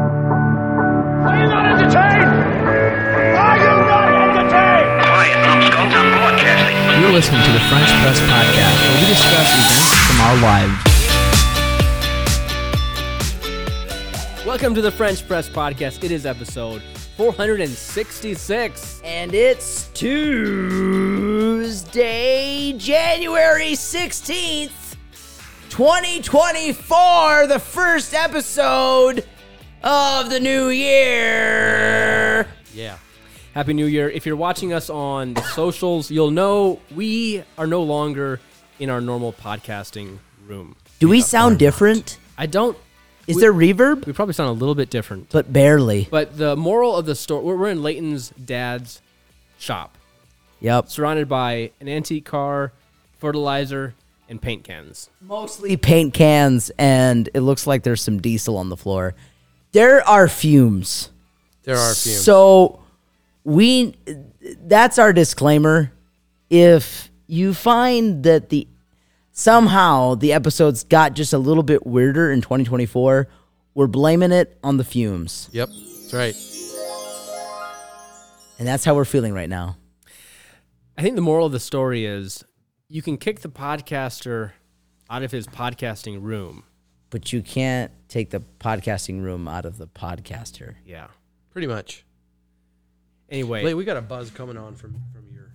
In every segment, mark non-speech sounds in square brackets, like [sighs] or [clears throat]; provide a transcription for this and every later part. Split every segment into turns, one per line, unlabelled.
Are you not entertained? Are you not entertained?
Hi, I'm Scott. I'm broadcasting.
You're listening to the French Press Podcast, where we discuss events from our lives.
Welcome to the French Press Podcast. It is episode 466.
And it's Tuesday, January 16th, 2024, the first episode of the new year.
Yeah. Happy New Year. If you're watching us on the socials, you'll know we are no longer in our normal podcasting room.
Do we sound different?
I don't,
Is there reverb?
we probably sound a little bit different.
But barely.
But the moral of the story we're, we're in Leighton's dad's shop,
Yep.
surrounded by an antique car, fertilizer, and paint cans.
Mostly paint cans, and it looks like there's some diesel on the floor. There are fumes.
There are a few.
So we that's our disclaimer. If you find that the somehow the episodes got just a little bit weirder in 2024, we're blaming it on the fumes.
yep, that's right.
And that's how we're feeling right now.
I think the moral of the story is you can kick the podcaster out of his podcasting room.
But you can't take the podcasting room out of the podcaster.
Yeah.
Pretty much.
Anyway,
Wait, we got a buzz coming on from from your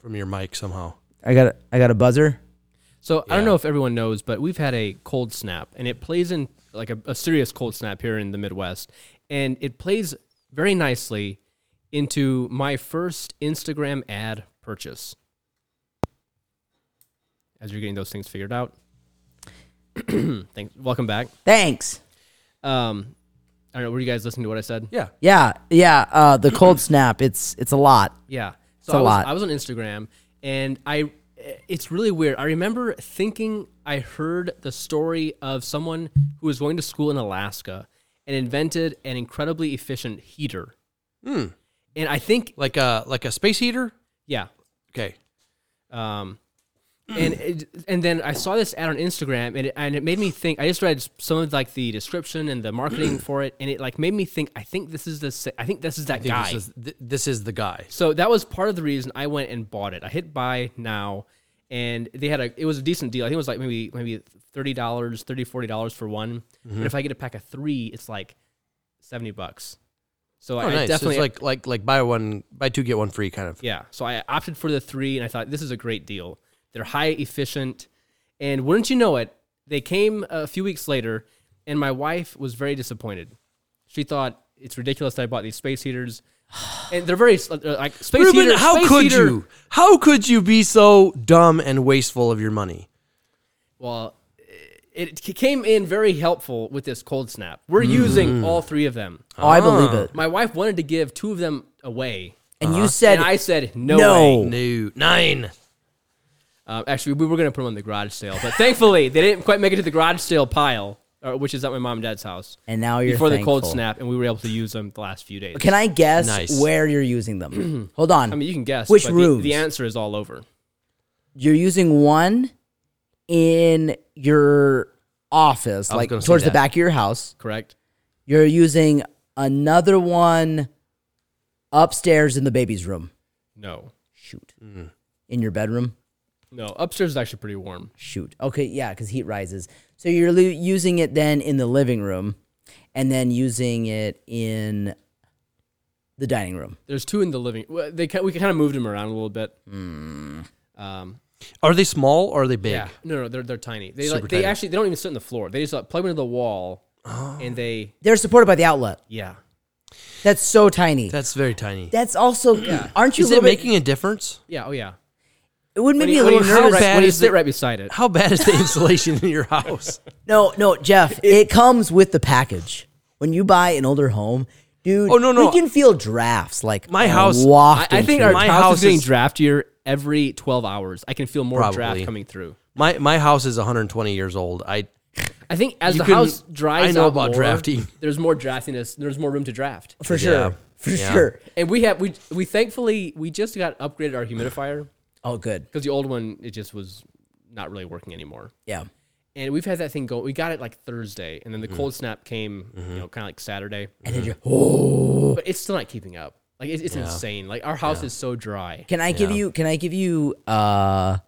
from your mic somehow.
I got a, I got a buzzer.
so I don't
Yeah.
know if everyone knows, but we've had a cold snap, and it plays in like a, a serious cold snap here in the Midwest, and it plays very nicely into my first Instagram ad purchase. As you're getting those things figured out, [clears throat] thanks. Welcome back.
Thanks.
Um, I don't know. Were you guys listening to what I said?
Yeah.
Yeah, yeah, uh, the cold snap, it's it's a lot.
Yeah. So
a
I was,
lot.
I was on Instagram and I it's really weird. I remember thinking I heard the story of someone who was going to school in Alaska and invented an incredibly efficient heater. And I think
Hmm. Like a like a space heater?
yeah.
Okay.
Um
Hmm.
and it, and then I saw this ad on Instagram and it, and it made me think I just read some of like the description and the
[clears throat]
marketing for it and it like made me think I think this is the sa- I think this is
I
that
think
guy.
This is, th- this is the guy.
So that was part of the reason I went and bought it. I hit buy now, and they had a it was a decent deal. I think it was like maybe maybe thirty dollars, thirty forty dollars for one.
Mm-hmm.
But if I get a pack of three, it's like seventy bucks. So
Oh,
I, I
nice.
definitely
it's like like like buy one buy two get one free kind of.
yeah. So I opted for the three, and I thought this is a great deal. They're high efficient, and wouldn't you know it, they came a few weeks later, and my wife was very disappointed. She thought it's ridiculous that I bought these space heaters, and they're very uh, like space
Ruben,
heater.
how
space
could
heater-
you? How could you be so dumb and wasteful of your money?
Well, it c- came in very helpful with this cold snap. We're using all three of them.
Mm. Oh, I believe it.
My wife wanted to give two of them away,
And you said
Uh-huh. and I said no.
No.
Way.
No, nine.
Uh, actually, we were going to put them on the garage sale, but thankfully they didn't quite make it to the garage sale pile, uh, which is at my mom and dad's house.
and now you're
before the cold
thankful.
snap, and we were able to use them the last few days.
Can I guess
Nice.
where you're using
[clears throat]
them? Hold on.
I mean, you can guess
Which
but the-
rooms?
The, answer is all over.
you're using one in your
was
office, like
gonna say
towards the
that.
back of your house.
Correct.
You're using another one upstairs in the baby's room.
No.
Shoot.
Mm.
In your bedroom?
No. Upstairs is actually pretty warm.
Shoot. Okay, yeah, because heat rises. So you're lo- using it then in the living room and then using it in the dining room.
There's two in the living. well, They ki- we kind of moved them around a little bit.
Hmm.
Um,
Are they small or are they big?
Yeah. No, no, they're they're tiny. They
Super
like, they
tiny. Oh.
actually they don't even sit on the floor. They just like, plug them into the wall, and they
They're supported by the outlet.
yeah.
That's so tiny.
That's very tiny.
That's also, aren't you
is
a
it
little bit-
making a difference?
Yeah. Oh yeah.
it would make
When
me
you,
a
when you
little
how
sit
nervous.
right,
bad
when you
is
sit
it?
right beside it.
How bad is the [laughs] insulation in your house?
No, no, Jeff, it, comes with the package. When you buy an older home, dude,
Oh, no, no.
we can feel drafts like
My house-
I,
Waft
I think
through.
our
My
house,
house
is getting
is-
draftier every 12 hours. I can feel more draft
Probably.
coming through.
[laughs] My my house is 120 years old. I
I think as
You
the
can-
house
I
dries
know
out
about
more,
drafting.
There's more draftiness. There's more room to draft.
for sure,
Yeah.
for
Yeah.
sure.
And we have we we thankfully we just got upgraded our humidifier
Oh, good,
because the old one it just was not really working anymore.
yeah.
and we've had that thing go. We got it like Thursday, and then
Mm-hmm.
the cold snap came, you know, kind of like Saturday.
And then you oh.
But it's still not keeping up. Like it's, it's insane. Like our house is so dry.
Can I give you? Can I give you uh,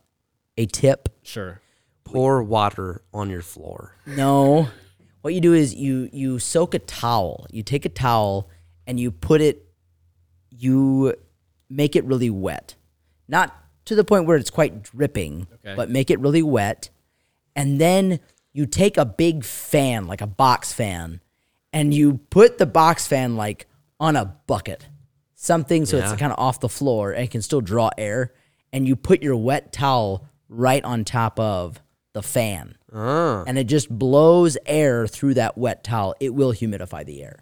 a tip?
Sure.
Pour water on your floor.
No. What you do is you you soak a towel. You take a towel and you put it you make it really wet. Not to the point where it's quite dripping,
Okay.
but make it really wet. And then you take a big fan, like a box fan, and you put the box fan like on a bucket. Something so
Yeah.
it's kind of off the floor and it can still draw air and you put your wet towel right on top of the fan and it just blows air through that wet towel, it will humidify the air.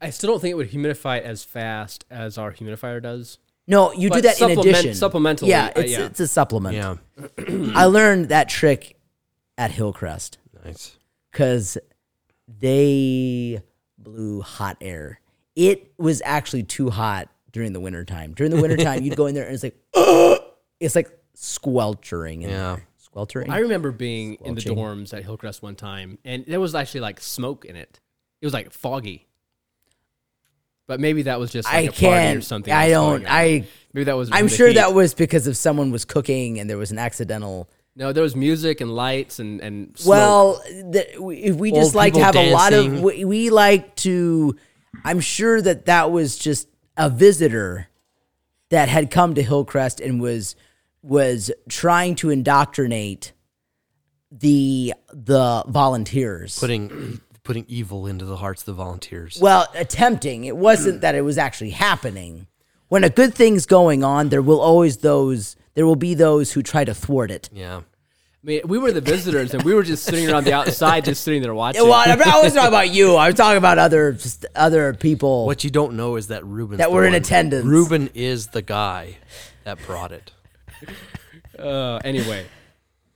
I still don't think it would humidify as fast as our humidifier does.
No, you do
But
that
supplement-
in addition.
supplementally,
Yeah,
uh,
it's,
yeah.
it's a supplement.
Yeah.
I learned that trick at Hillcrest
Nice.
because they blew hot air. It was actually too hot during the wintertime. During the wintertime, you'd go in there and it's like, [gasps] it's like squelching. In
Yeah.
there. Squelching?
I remember being in the
Squelching.
dorms at Hillcrest one time, and there was actually like smoke in it. It was like foggy. But maybe that was just like
I
a party or
can't.
something.
I
that was
don't.
going on.
I.
maybe that was.
I'm
from the
sure
heat.
that was because if someone was cooking and there was an accidental
no, there was music and lights and and smoke.
Well, the, we, we just
Old
like to have
people
a lot of.
dancing.
We, we like to. I'm sure that that was just a visitor that had come to Hillcrest and was was trying to indoctrinate the the volunteers.
Putting putting evil into the hearts of the volunteers.
well, attempting. It wasn't that it was actually happening. When a good thing's going on, there will always those. There will be those who try to thwart it.
yeah.
I mean, we were the visitors, and we were just sitting
[laughs]
around the outside, just sitting there watching.
Well, I wasn't talking about you. I was talking about other just other people.
What you don't know is that Ruben
That we're in attendance.
Ruben is the guy that brought it.
Uh, anyway,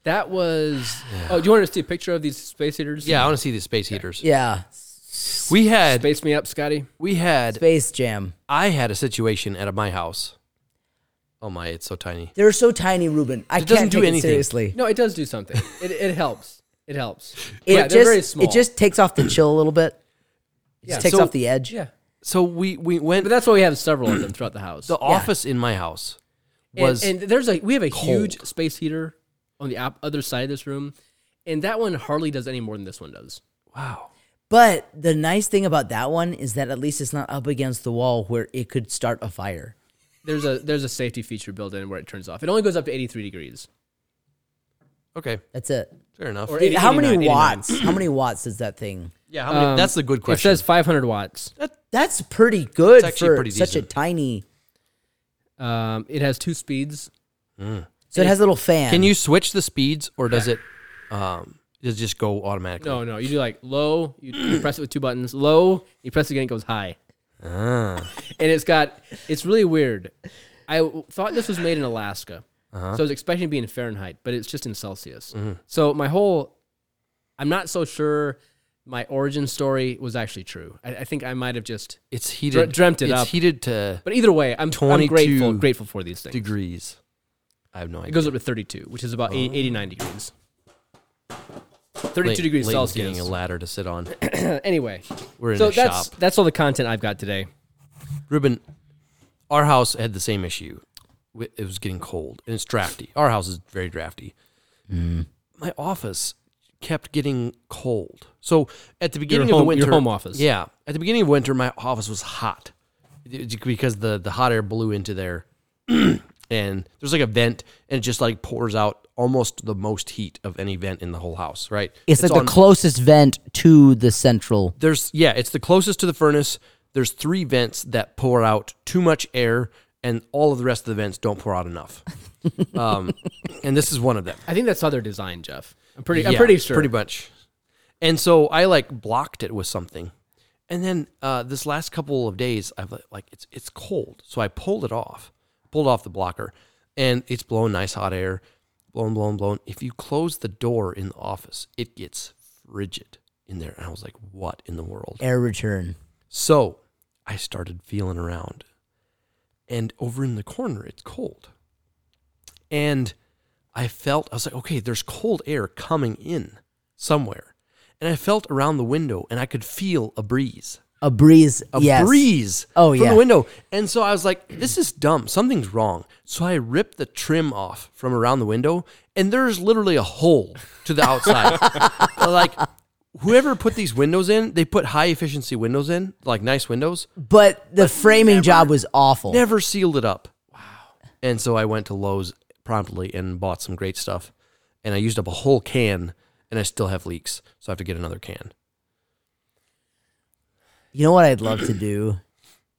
that was. Oh, do you want to see a picture of these space heaters?
Yeah, I want to see the space heaters.
yeah,
We had
space me up, Scotty.
we had
Space Jam.
I had a situation at my house. Oh my, it's so tiny.
They're so tiny, Ruben. I
It doesn't
can't
do
take it
anything.
seriously.
No, it does do something. It, it helps. It helps.
It
yeah,
just
they're very small.
it just takes off the chill a little bit. It just takes
So-
off the edge.
yeah.
So we we went
But that's why we have several of them throughout the house.
the office in my house was
and, and there's a we have a huge space heater on the op- other side of this room, and that one hardly does any more than this one does.
wow.
But the nice thing about that one is that at least it's not up against the wall where it could start a fire.
There's a there's a safety feature built in where it turns off. It only goes up to 83 degrees.
Okay,
That's it.
fair enough.
Or
How
89,
many
89.
watts? How many watts does that thing?
yeah, how many, that's the good
Um, It
question.
says 500 watts.
That's pretty good
It's actually
for
pretty
such a
decent.
tiny.
Um, it has two speeds.
So it has a little fan.
Can you switch the speeds or does it um does it just go automatically?
No, no, you do like low. You, you press it with two buttons. Low. You press it again. It goes high.
Ah.
And it's got. It's really weird. I w- thought this was made in Alaska,
Uh-huh.
so I was expecting it to be in Fahrenheit, but it's just in Celsius.
Mm-hmm.
So my whole, I'm not so sure. My origin story was actually true. I, I think I might have just.
It's heated
dreamt it
it's
up.
heated to
But either way, I'm, I'm
22
grateful grateful for these things.
degrees. I have no
It
idea.
goes up to 32, which is about eight-
Oh.
89 degrees. 32
Lay-
degrees
Layton's getting
Celsius.
a ladder to sit
[clears throat]
on.
anyway,
We're in
so
a
that's
shop.
that's all the content I've got today.
Ruben, our house had the same issue. Wi- It was getting cold and it's drafty. Our house is very drafty.
Mm.
My office kept getting cold. So at the beginning of
home-
the
your
winter,
home office.
Yeah, at the beginning of winter, my office was hot It- because the the hot air blew into there, [clears throat] and there's like a vent, and it just like pours out almost the most heat of any vent in the whole house. Right?
It's, like
on-
the closest vent to the central.
there's yeah, it's the closest to the furnace. There's three vents that pour out too much air, and all of the rest of the vents don't pour out
[laughs]
enough. um, and this is one of them.
I think that's how they're designed, Jeff. I'm pretty. I'm
Yeah,
pretty sure.
Pretty much. And so I like blocked it with something. And then uh, this last couple of days, I've like- like it's it's cold, so I pulled it off, pulled off the blocker, and it's blowing nice hot air, blowing, blowing, blowing. If you close the door in the office, it gets frigid in there. And I was like, what in the world?
air return.
So I started feeling around. And over in the corner, it's cold. And I felt I was like, okay, there's cold air coming in somewhere, and I felt around the window, and I could feel a breeze,
A breeze.
a
yes.
breeze
Oh,
from
yeah.
the window. And so I was like, this is dumb. Something's wrong. So I ripped the trim off from around the window, and there's literally a hole to the
[laughs]
outside. like whoever put these windows in, they put high efficiency windows in, like nice windows.
But the framing job was awful.
Never sealed it up. Wow. And so I went to Lowe's promptly and bought some great stuff. And I used up a whole can and I still have leaks. So I have to get another can.
You know what I'd love to do?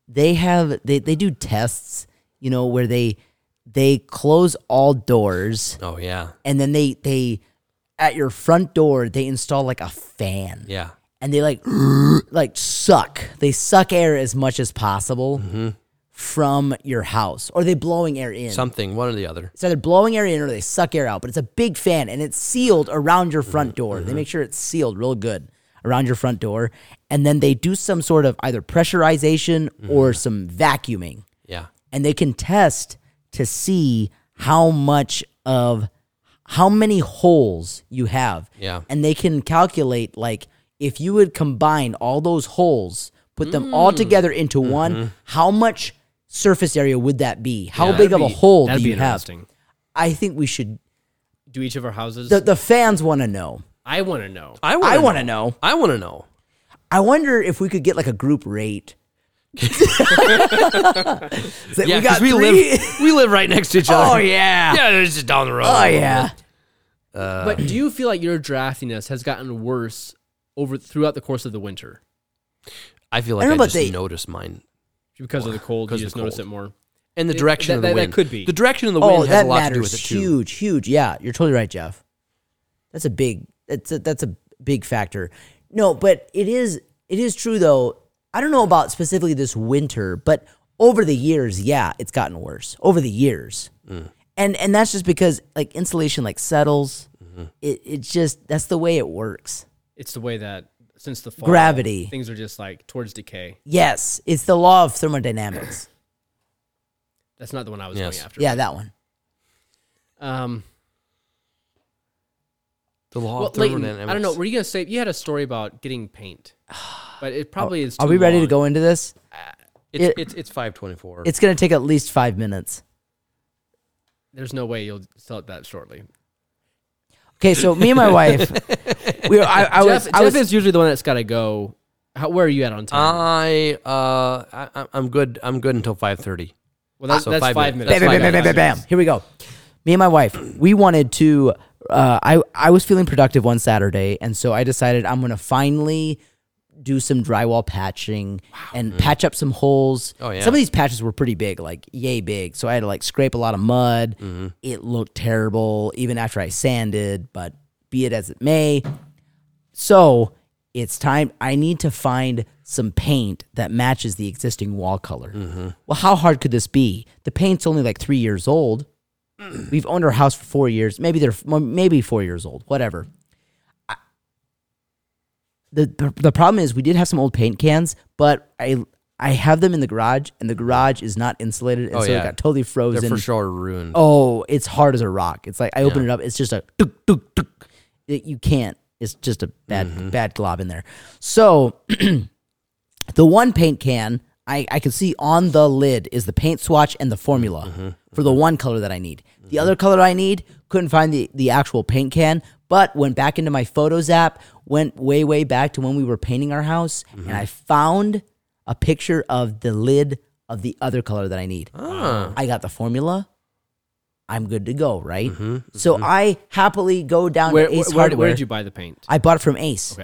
They have they, they do tests, you know, where they they close all doors
Oh yeah.
and then they they at your front door they install like a fan.
Yeah.
and they like [clears throat] like suck. They suck air as much as possible from your house, or they blowing air in.
Something, one or the other.
it's either blowing air in or they suck air out. But it's a big fan, and it's sealed around your front
Mm-hmm.
door. They make sure it's sealed real good around your front door, and then they do some sort of either pressurization or
Mm-hmm.
some vacuuming,
Yeah.
and they can test to see how much of how many holes you have.
Yeah.
And they can calculate like if you would combine all those holes, put them all
Mm.
together into
Mm-hmm.
one, how much surface area would that be? How big of a hole do
That'd be
you have?
interesting.
I think we should
Do each of our houses?
the, the fans want to know.
I want to know.
I
I
want
wanna
to I want to know.
I wonder if we could get like a group rate. [laughs] It's like,
Yeah,
we
because
got
we,
three.
live [laughs] we live right next to each
[laughs] Oh
other.
yeah.
Yeah, it's just down the road.
Oh yeah.
Uh,
but do you feel like your draftiness has gotten worse over throughout the course of the winter
I feel like
I don't
I,
know, but
just
they-
notice mine.
because of the cold? You
'Cause of
just
the
notice it
cold.
more.
And the
It-
direction
that-
of the
that- that
wind.
could be.
The direction of the wind
Oh,
has
that
a lot to do
matters.
with it too.
Huge, huge. Yeah, you're totally right, Jeff. That's a big. That's a, that's a big factor. No, but it is it is true though. I don't know about specifically this winter, but over the years, yeah, it's gotten worse. Over the years,
Mm.
and and that's just because like insulation like settles.
Mm-hmm.
It it's just that's the way it works.
It's the way that since the fall,
Gravity.
things are just like towards decay.
Yes, it's the law of thermodynamics.
That's not the one I was
Yes.
going after.
yeah, that one.
Um.
The law
Well,
of
Leighton,
thermodynamics.
I don't know. Were you gonna say you had a story about getting paint? But [sighs] it probably is.
Are
too
we ready to
long.
go into this?
It's,
It-
it's, it's 524.
It's going to take at least five minutes.
There's no way you'll sell it that shortly.
Okay, so me and my wife, we were, I, I
Jeff,
was
Jeff
I was
is usually the one that's got to go. How, where are you at on time?
I uh I, I- I'm good. I'm good until five thirty.
well, that's,
so
that's
five
five,
minutes.
minutes.
bam, bam,
That's
bam, bam,
fine.
bam, bam. Here we go. Me and my wife, we wanted to. Uh, I I was feeling productive one Saturday, and so I decided I'm gonna finally do some drywall patching and patch up some holes.
Mm. Oh, yeah.
Some of these patches were pretty big, like yay big. So I had to like scrape a lot of mud.
Mm-hmm.
It looked terrible, even after I sanded. But be it as it may, so it's time. I need to find some paint that matches the existing wall color.
Mm-hmm.
Well, how hard could this be? The paint's only like three years old. We've owned our house for four years. Maybe they're maybe four years old. Whatever. I- The, the the problem is we did have some old paint cans, but I I have them in the garage, and the garage is not insulated, and
Oh,
so
yeah.
it got totally
They're
frozen.
for sure ruined.
Oh, it's hard as a rock. It's like I open it up, it's just a tuk tuk tuk. It- you can't. It's just a bad
Mm-hmm.
bad glob in there. So the one paint can I, I can see on the lid is the paint swatch and the formula
Mm-hmm.
for the one color that I need. The other color I need, couldn't find the, the actual paint can, but went back into my photos app, went way, way back to when we were painting our house,
Mm-hmm.
and I found a picture of the lid of the other color that I need.
Ah.
I got the formula. I'm good to go, right? So I happily go down
Mm-hmm. Where,
to Ace
where, where,
Hardware.
where did you buy the paint?
I bought it from Ace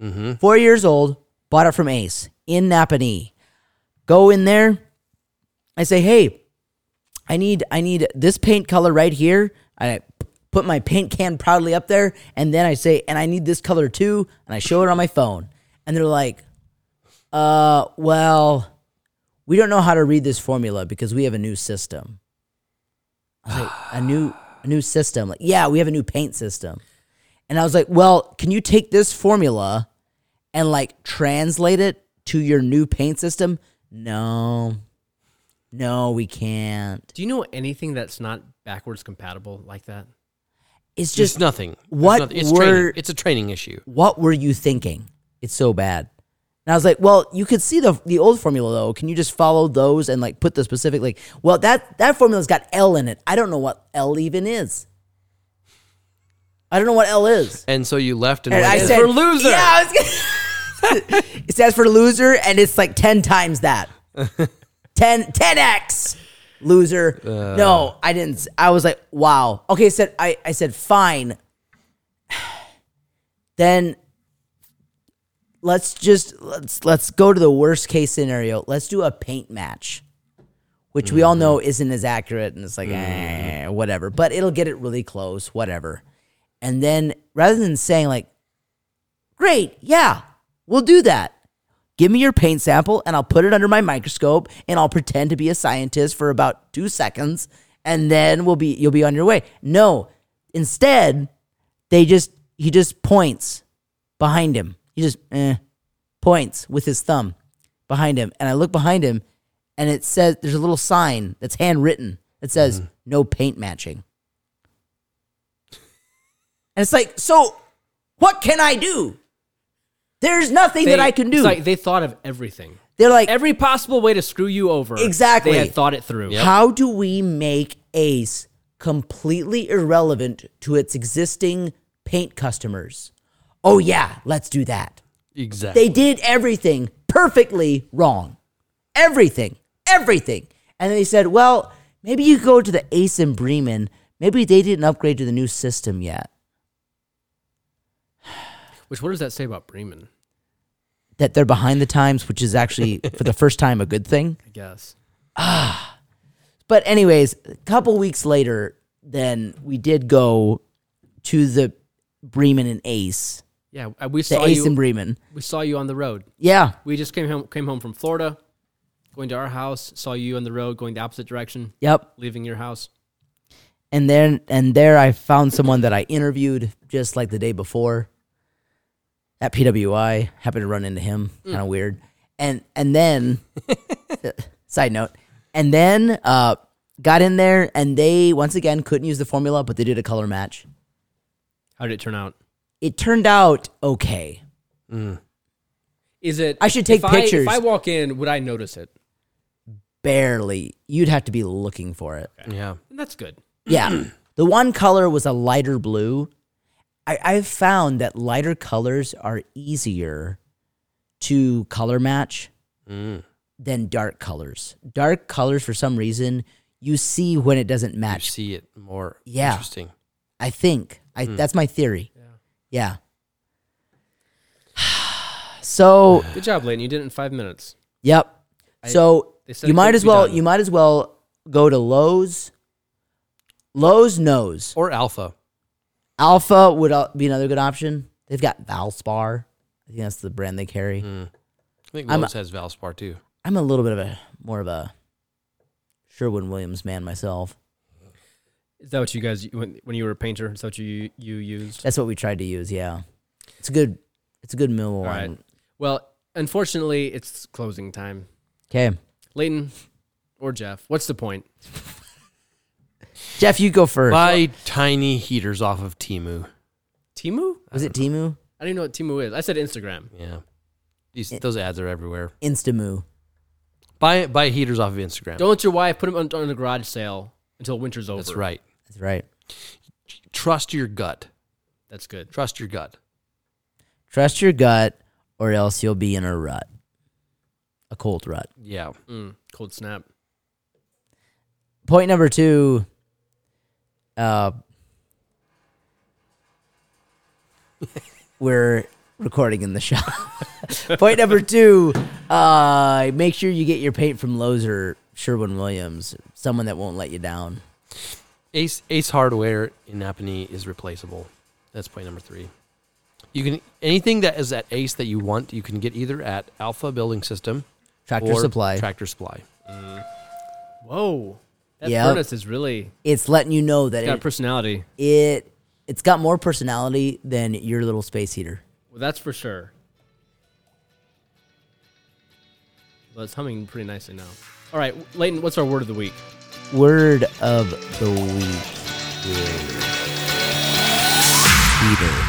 Okay.
four years old, bought it from Ace in Napanee. Go in there. I say, hey, I need I need this paint color right here. And I p- put my paint can proudly up there, and then I say, and I need this color too, and I show it on my phone. And they're like, uh, well, we don't know how to read this formula because we have a new system. I was like, a new a new system. Like, yeah, we have a new paint system. And I was like, well, can you take this formula and like translate it to your new paint system? No. No, we can't.
Do you know anything that's not backwards compatible like that?
It's
Just
just
nothing. It's
what
nothing. It's,
were-
training. it's a training issue.
what were you thinking? It's so bad. And I was like, well, you could see the the old formula though. Can you just follow those and like put the specific like, well, that that formula's got L in it. I don't know what L even is. I don't know what L is.
And so you left and,
And
went,
I
"It's
said
for loser.
Yeah, I was gonna, [laughs] it stands for loser, and it's like ten
[laughs]
times that. 10 x loser.
Uh.
no, I didn't. s- I was like, wow. Okay, I said I. I said fine. [sighs] then let's just let's let's go to the worst case scenario. Let's do a paint match. Which we all
Mm-hmm.
know isn't as accurate, and it's like, eh, whatever. But it'll get it really close, whatever. And then rather than saying like, great, yeah, we'll do that. Give me your paint sample and I'll put it under my microscope and I'll pretend to be a scientist for about two seconds and then we'll be you'll be on your way. No. Instead, they just he just points behind him. He just eh, points with his thumb behind him. And I look behind him and it says there's a little sign that's handwritten that says no paint matching. And it's like, so what can I do? There's nothing that
They-
I can do.
It's like they thought of everything.
They're like,
Every possible way to screw you over.
Exactly.
They had thought it through.
how do we make Ace completely irrelevant to its existing paint customers? Oh, yeah, let's do that.
Exactly.
They did everything perfectly wrong. Everything. Everything. And then he said, well, maybe you go to the Ace in Bremen. Maybe they didn't upgrade to the new system yet.
Which what does that say about Bremen?
That they're behind the times, which is actually, for the first time, a good thing.
I guess.
But anyways, a couple weeks later, then we did go to the Bremen and Ace,
Yeah, uh, we
the
saw
Ace
you.
and Bremen.
we saw you on the road.
Yeah,
We just came home. Came home from Florida, going to our house. Saw you on the road, going the opposite direction,
yep.
leaving your house.
And then and there, I found someone that I interviewed just like the day before at PWI. Happened to run into him,
Mm.
kind of weird. And and
[laughs]
then, side note, and then uh, got in there, and they once again couldn't use the formula, but they did a color match.
How did it turn out?
It turned out okay.
Is it?
I should take
if I-
pictures.
if I walk in, would I notice it?
barely. You'd have to be looking for it.
yeah.
And that's good.
Yeah. the one color was a lighter blue. I, I've found that lighter colors are easier to color match
Mm.
than dark colors. Dark colors, for some reason, you see when it doesn't
You
match.
see Hmm. it more
Yeah.
interesting.
I think. I, That's my theory. Yeah. [sighs]
[sighs]
so,
Good job, Layton. You did it in five minutes.
yep. so
they said
you
it
might
couldn't
as
be
well
done.
you might as well go to Lowe's. Lowe's knows.
Or alpha.
Alpha would uh, be another good option. They've got Valspar. I think that's the brand they carry.
Hmm.
I think
I'm-
Lowe's has Valspar too.
I'm a little bit of a more of a Sherwin Williams man myself.
Is that what you guys when when you were a painter? Is that what you you used?
That's what we tried to use. Yeah, it's a good it's a good mill
All right.
line.
Well, unfortunately, it's closing time.
Okay,
Layton or Jeff, what's the point?
Jeff, you go first.
Buy tiny heaters off of Timu.
Timu?
Was it Timu?
I don't even know what Timu is. I said Instagram.
Yeah. These, those ads are everywhere.
Instamu.
Buy buy heaters off of Instagram.
Don't let your wife put them on, on a garage sale until winter's over.
That's right.
That's right.
Trust your gut.
That's good.
Trust your gut.
Trust your gut, or else you'll be in a rut, a cold rut.
Yeah.
Mm, cold snap.
point number two uh we're recording in the shop [laughs] point number two uh make sure you get your paint from Lowe's or sherwin williams someone that won't let you down
Ace Ace Hardware in Napanee is replaceable. That's point number three. You can anything that is at Ace that you want, you can get either at Alpha Building System
tractor
or
supply
Tractor Supply.
Whoa. That
Yep.
furnace is really
it's letting you know that
got
it,
personality.
it it's got more personality than your little space heater
Well, that's for sure. Well, it's humming pretty nicely now. All right, Layton, what's our word of the week?
word of the week is Peter.